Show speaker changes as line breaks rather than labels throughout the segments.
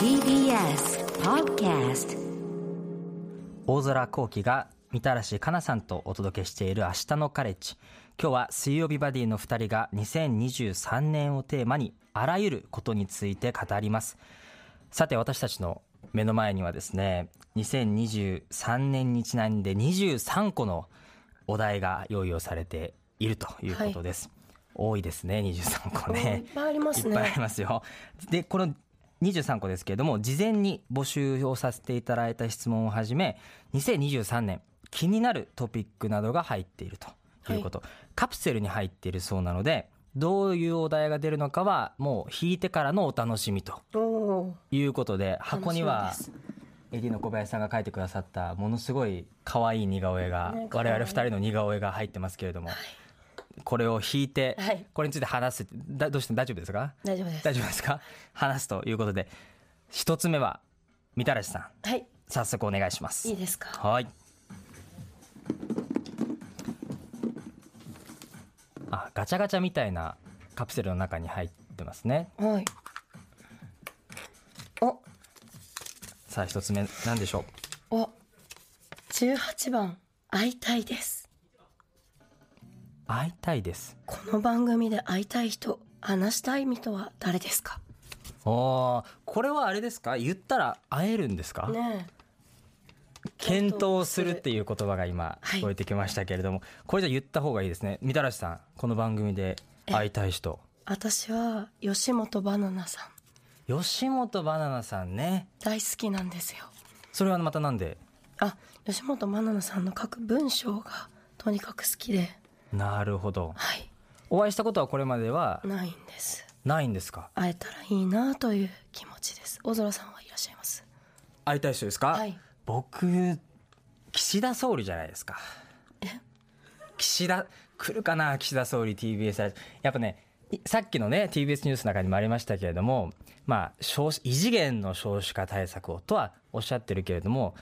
TBS Podcast
大空幸輝がみたらしかなさんとお届けしている「明日のカレッジ」今日は水曜日バディの2人が2023年をテーマにあらゆることについて語りますさて私たちの目の前にはですね2023年にちなんで23個のお題が用意をされているということです、多いですね23個
いっ
ね
ぱいあります
いっぱいあ
ね
り。ますよ。 で、この23個ですけれども、事前に募集をさせていただいた質問をはじめ、2023年気になるトピックなどが入っているということ。カプセルに入っているそうなので、どういうお題が出るのかは、もう引いてからのお楽しみと
おお
いうことで、
ー、
箱には
楽しみです
エディの小林さんが描いてくださったものすごい可愛い似顔絵が、
ね
我々二人の似顔絵が入ってますけれども、これを引いて、
はい
これについて話すだどうして大丈夫ですか
大丈夫です。
大丈夫ですか 話すということで一つ目はみたらしさん
はい、
早速お願いしま
い
す
いですか。
はいあガチャガチャみたいなカプセルの中に入ってますね
はい。お、
さあ一つ目何でしょ
お、十八番会いたいです。
う会いたいです
この番組で会いたい人、話したい人は誰ですか。
おーこれはあれですか言ったら会えるんですか、
ねえ、
検討するっていう言葉が今
はい
聞こえてきましたけれども、これじゃ言った方がいいですねみたらしさんこの番組で会いたい人
私は吉本バナナさん
吉本バナナさんね
大好きなんですよ。
それはまたなんで
あ、吉本バナナさんの書く文章がとにかく好きで、
なるほど
はい、
お会いしたことはこれまでは
ないんです。
ないんですか
会えたらいいなという気持ちです。大空さんはいらっしゃいます。
会いたい人ですか、
はい。
僕岸田総理じゃないですか岸田来るかな岸田総理 TBS ラジオやっぱねいさっきのね TBS ニュースの中にもありましたけれどもまあ少子異次元の少子化対策をとはおっしゃってるけれども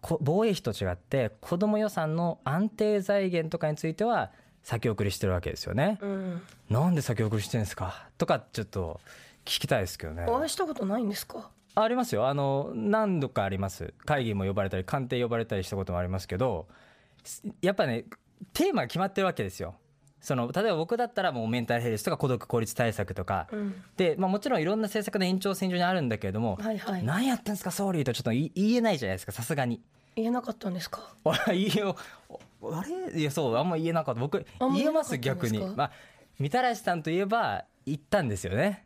こ防衛費と違って子ども予算の安定財源とかについては先送りしてるわけですよね、
うん。
なんで先送りしてるんですかとかちょっと聞きたいですけどね
お会いしたことないんですか。
ありますよ。あの、何度かあります。会議も呼ばれたり、官邸呼ばれたりしたこともありますけど、すやっぱね、テーマが決まってるわけですよ。その、例えば僕だったらもうメンタルヘルスとか孤独孤立対策とか、
うん。
で、まあもちろんいろんな政策の延長線上にあるんだけれども、
はいはい。
何やってんですか、総理とちょっと言い言えないじゃないですか、さすがに。
言えなかったんですか。
あ言いようあれいやそうあんま言えなかった僕
あんま
言え
言え
ま
なか
す
ったんで
逆
すか
にまあみたらしさんといえば言ったんですよ ね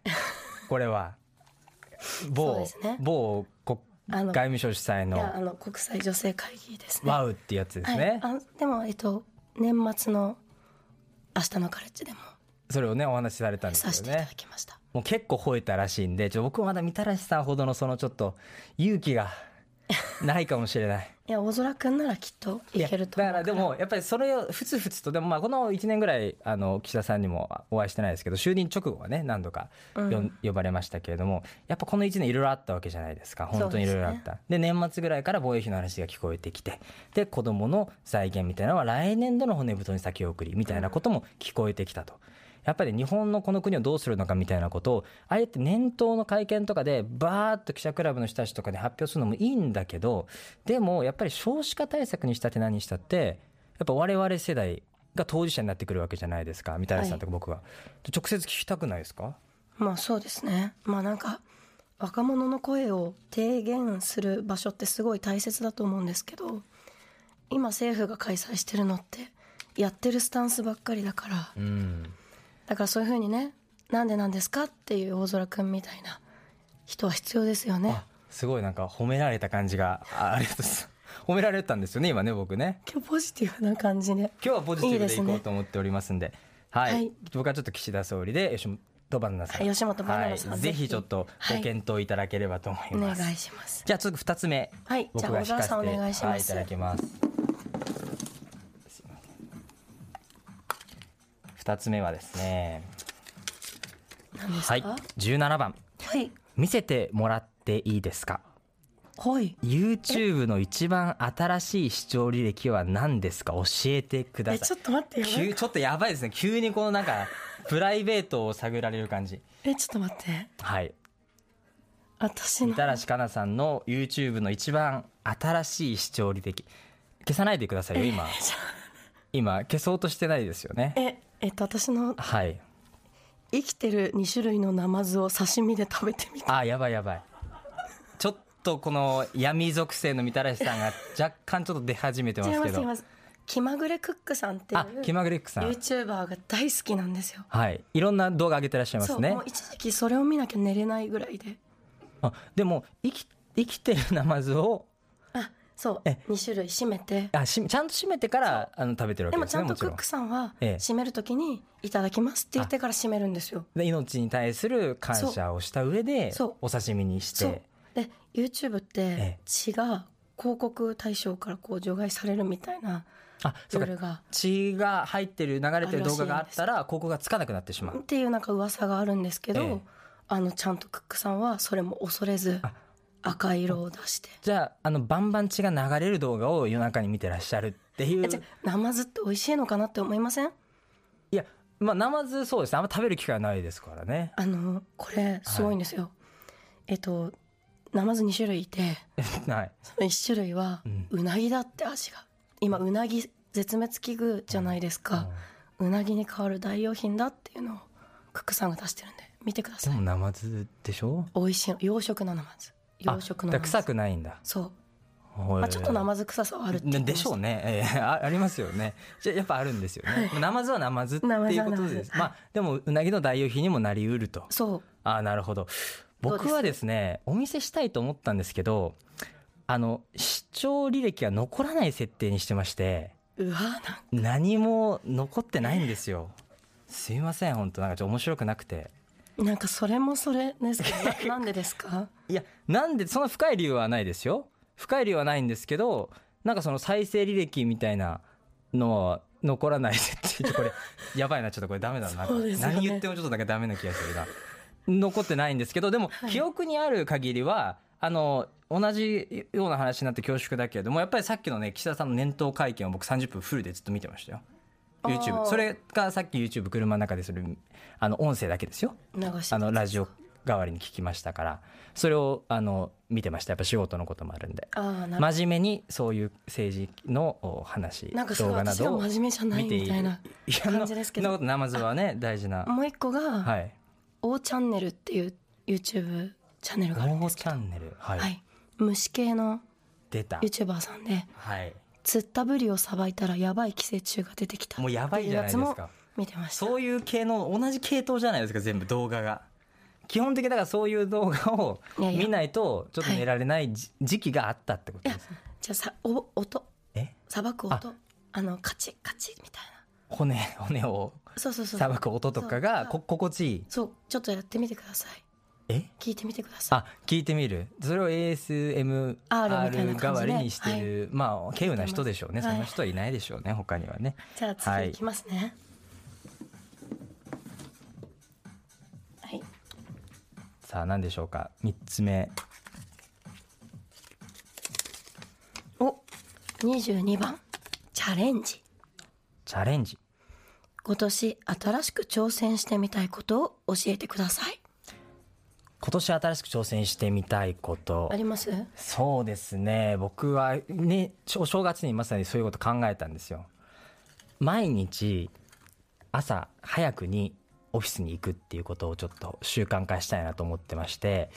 これは
そう
某
ですね
某国
あの
外務省主催
いや、あ
の
の国際女性会議ですね。
ワウってやつです
はい
ね、
あの、でも、えっと、年末の。明日のカレッジでも、
それをねお話しされたんです
させ
けど
ていただ
ね
きました。
もう結構吠えたらしいんでちょ僕はまだみたらしさんほどのそのちょっと勇気がないかもしれない
いや、大空くんなら、きっといけると
や
思
だ
う
からでもやっぱりそれをふつふつとでもまあこの1年ぐらいあの岸田さんにもお会いしてないですけど就任直後はね何度かよん、
うん
呼ばれましたけれどもやっぱこの1年いろいろあったわけじゃないですか本当にいろいろあったで,、年末ぐらいから防衛費の話が聞こえてきてで子どもの財源みたいなのは来年度の骨太に先送りみたいなことも聞こえてきたと。やっぱり日本のこの国をどうするのかみたいなことをあえて年頭の会見とかでバーッと記者クラブの人たちとかに発表するのもいいんだけどでもやっぱり少子化対策にしたって何にしたってやっぱ我々世代が当事者になってくるわけじゃないですかみたいなさんとか僕は、直接聞きたくないですか
まあ、そうですね。まあ、なんか。若者の声を提言する場所ってすごい大切だと思うんですけど今政府が開催してるのってやってるスタンスばっかりだから
うん
だからそういうふうにねなんでなんですかっていう大空くんみたいな人は必要ですよね
あすごいなんか褒められた感じがあありがとうございます 褒められたんですよね今ね僕ね
今日ポジティブな感じで
今日はポジティブ
いいで
ですい
ね
こうと思っておりますんではい、
はい
僕はちょっと岸田総理で吉本バナナさん
はい吉本バナナさん
はいぜ
ぜひ
ひちょっとご検討いただければと思い
お願
ます、
いします
じゃあ次二つ目
はいじゃ
僕が
あ小
引かせ
沢
て
さんお願いし
は
ま
い、い
す
ただきますすいません二つ目はですね
何です
は
かはいいは
17番
い
見せてもらっていいですか
はい
YouTube の一番新しい視聴履歴は何ですか教えてくだ
え
さい
ちょっと待ってやば
急
い
ちょっとやばいですね急にこのなんかプライベートを探られる感じ
えちょっと待って
はい
私
み
の
たらしかなさんの YouTube の一番新しい視聴履歴消さないでくださいよ今今消そうとしてないですよね
ええっと私の
はい
生きてる2種類のナマズを刺身で食べてみた
あやばいやばいちょっとこの闇属性のみたらしさんが若干ちょっと出始めてます
違いま
け
す違
ど
います気まぐれクックさんってい
あ
う
気まぐれックさん
YouTuber が大好きなんですよ
はいいろんな動画上げてらっしゃいま
そ
す
う
ね
もう一時期それを見なきゃ寝れないぐらいで
あでも生き生きてるナマズを
あそう
え
2種類締めて
あしちゃんと締めてからあの食べてるわ
で
け
も
で
ち
す
ゃ
ね
んと
もち
ク
ろ
ッ
ん
クさんは
ええ
締めるときに「いただきます」って言ってから締めるんですよ
で命に対する感謝をした上で
そう
お刺身にし
そう
て
で YouTube って
え
血が広告対象からこう除外されるみたいな
あ
ル
そう
ール
か
が
血が入ってる流れてる動画があったらここがつかなくなってしま
っ
う
ていうなんか噂があるんですけど、
ええ
あのちゃんとクックさんはそれも恐れず
あ
赤色を出して。
じゃああのバンバン血が流れる動画を夜中に見てらっしゃるってい
え
う
じゃあナマズって美味しいのかなって思いません
いやまあナマズそうですねあんま食べる機会はないですからね
あのこれすごいんですよ、えっとナマズ2種類いて
はい
その1種類は
うん
うなぎだって味が今うなぎ絶滅危惧じゃないですか、うなぎに代わる代用品だっていうのをクックさんが出してるんで見てくだ
で
さい
もナマズでしょ
美味しいの養殖のナマズ養
あ
殖の
だから
ナマ
臭
ズ
くないんだ
そう、
ま
まあ、ちょっとナマズ臭さはあるって言ってま
で
し
したょうね、ええあありますよねじゃやっぱあるんですよねナマズはナマズっていうことです
ナマズはナマズ
まあでもうなぎの代用品にもなりうると
そう
ああなるほど僕はですねお見せしたいと思ったんですけどあの視聴履歴が残らない設定にしてまして
うわなん
何も残ってないんですよすいません本当なんかちょっと面白くなくて
なんかそれもそれですけどななんでですか
いやなんでそんな深い理由はないですよ深い理由はないんですけどなんかその再生履歴みたいなのは残らない設定ってこ れやばいなちょっとこれダメだななんか
そうですよね
何言ってもちょっとなんかダメな気がするな残ってないんですけどでも
い
記憶にある限りは、あの同じような話になって恐縮だけれどもやっぱりさっきのね岸田さんの年頭会見を僕30分フルでずっと見てましたよ
あー
YouTube それがさっき YouTube 車の中でするあの音声だけですよ
流して
あのラジ
オ
オ代わりに聞きましたからそれをあの見てましたやっぱ仕事のこともあるんで
ああなる
真面目にそういう政治のお話
なんかすごい
動画な
私が
どを
真面目じゃない
見ている
みたいな感じですけど
いやそんなことナマズはね大事な
もう一個が、
はい
「O チャンネル」っていう YouTube チャンネルがあるんで
王
すけ
チャンネルはい、
ど、はい、虫系の
出た
YouTuber さんで
はい
釣ったぶりをさばいたらやばい寄生虫が出てきた
もうやばいじゃないですか
ってうやつも見てました
そういう系の同じ系統じゃないですか全部動画が基本的にだからそういう動画を
いやいや
見ないとちょっと寝られないじ時期があったってことですね
じゃあさお音
え
さばく音あのカチッカチッみたい
骨骨を
なそうそうそう
さばく音とかがこ心地いい
そうちょっとやってみてください
え
聞いてみてください
あ聞いてみるそれを ASMR
たいな感じで
代わりにしてる、まあ稀有な人でしょうね
は
そ
い
んな人はいないでしょうね他にはね
じゃあ次いきますねはい、
さあ何でしょうか3つ目
お22番チャレンジ
チャレンジ
今年新しく挑戦してみたいことを教えてください
今年新しく挑戦してみたいこと
あります
そうですね僕はねちょお正月にまさにそういうこと考えたんですよ毎日朝早くにオフィスに行くっていうことをちょっと習慣化したいなと思ってまして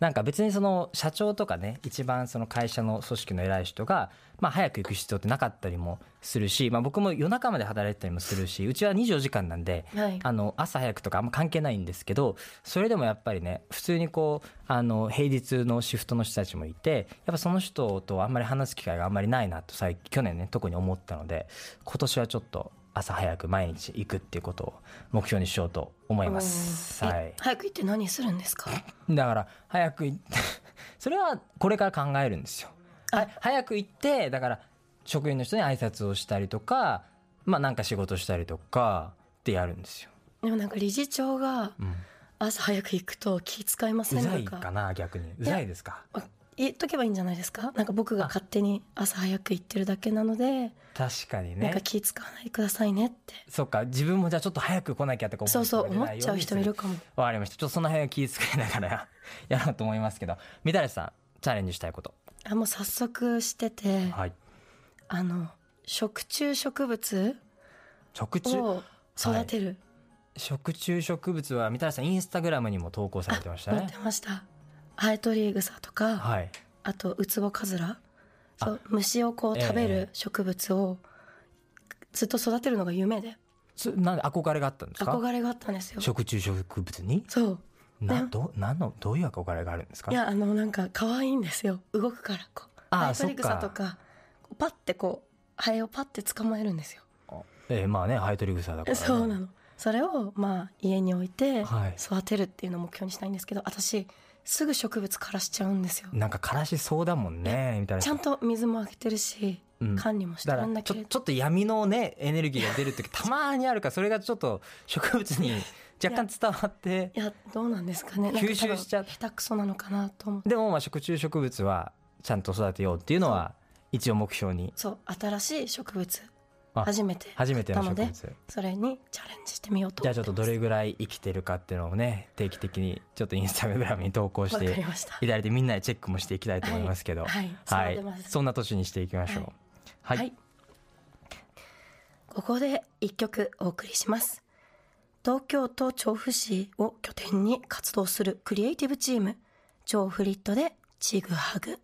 なんか別にその社長とかね一番その会社の組織の偉い人が、まあ、早く行く必要ってなかったりもするし、まあ、僕も夜中まで働いてたりもするしうちは24時間なんで、
はい
あの朝早くとかあんま関係ないんですけどそれでもやっぱりね普通にこうあの平日のシフトの人たちもいてやっぱその人とあんまり話す機会があんまりないなと最近去年ね特に思ったので今年はちょっと朝早く毎日行くっていうことを目標にしようと思います。
うん
は
え早く行って何するんですか
い、だから早く行って それはこれから考えるんですよ。は早く行ってだから職員の人に挨拶をしたりとかまあなんか仕事したりとかってやるんですよ。
でもなんか理事長が
うん
朝早く行くと気使いませ
うんざ
ないんか
かな逆にうざいですか
あ言っとけばいいんじゃないですかなんか僕が勝手に朝早く行ってるだけなので、
確かに
なん
ね
か気使わないでくださいねって
そっか自分もじゃあちょっと早く来なきゃとか
そうそう思っちゃう人いる
か
かも
わかりましたちょっとその辺は気遣いながら やろうと思いますけどみたらしさんチャレンジしたいこと
あもう早速してて、
はい
あの食虫植物
食虫
を育てる、
食虫植物はみたらしさんインスタグラムにも投稿されてました
持っ
ね
てましたハエトリグサとか、
はい
あとウツボカズラそう虫をこう食べ
ええ
る植物をずっと育てるのが夢で
そなんで憧れがあったんですか
憧れがあったんですよ
食虫植物に
そう
な
ね
どなんのどういう憧れがあるんですか
いやあのなんか可愛いんですよ動くからこう
あー
ハエトリグサ
そ
と
っか
かパッてこうハエをパッて捕まえるんですよ
えーまあねハエトリグサだから、ね、
そうなのそれをまあ家に置いて
はい
育てるっていうのを目標にしたいんですけど私すぐ植物枯らしちゃうんですよ
なんかからしそうだもんねみたいな
ちゃんと水もあげてるし
うん
管理もして
だか
るん
ら
だ
ちょ
けれど
ちょっと闇のねエネルギーが出る 時たまにあるからそれがちょっと植物に若干伝わって
いやどうなんですかねなんか
吸収しちゃう
多分下手くそなのかなと思って
でもまあ食虫植物はちゃんと育てようっていうのは一応目標に
そう新しい植物
あ
初めて
初めての植
なので
物
それにチャレンジしてみようと
じゃ
思
あ
って
ちょっと
ます
どれぐらい生きてるかっていうのをね定期的にちょっとインスタグラムに投稿して
わかりました
いただいてみんなでチェックもしていきたいと思いますけど
はい
は
はい
い
育てます
そんな年にしていきましょうは
はいい、ここで一曲お送りします東京都調布市を拠点に活動するクリエイティブチーム調布リットでチグハグ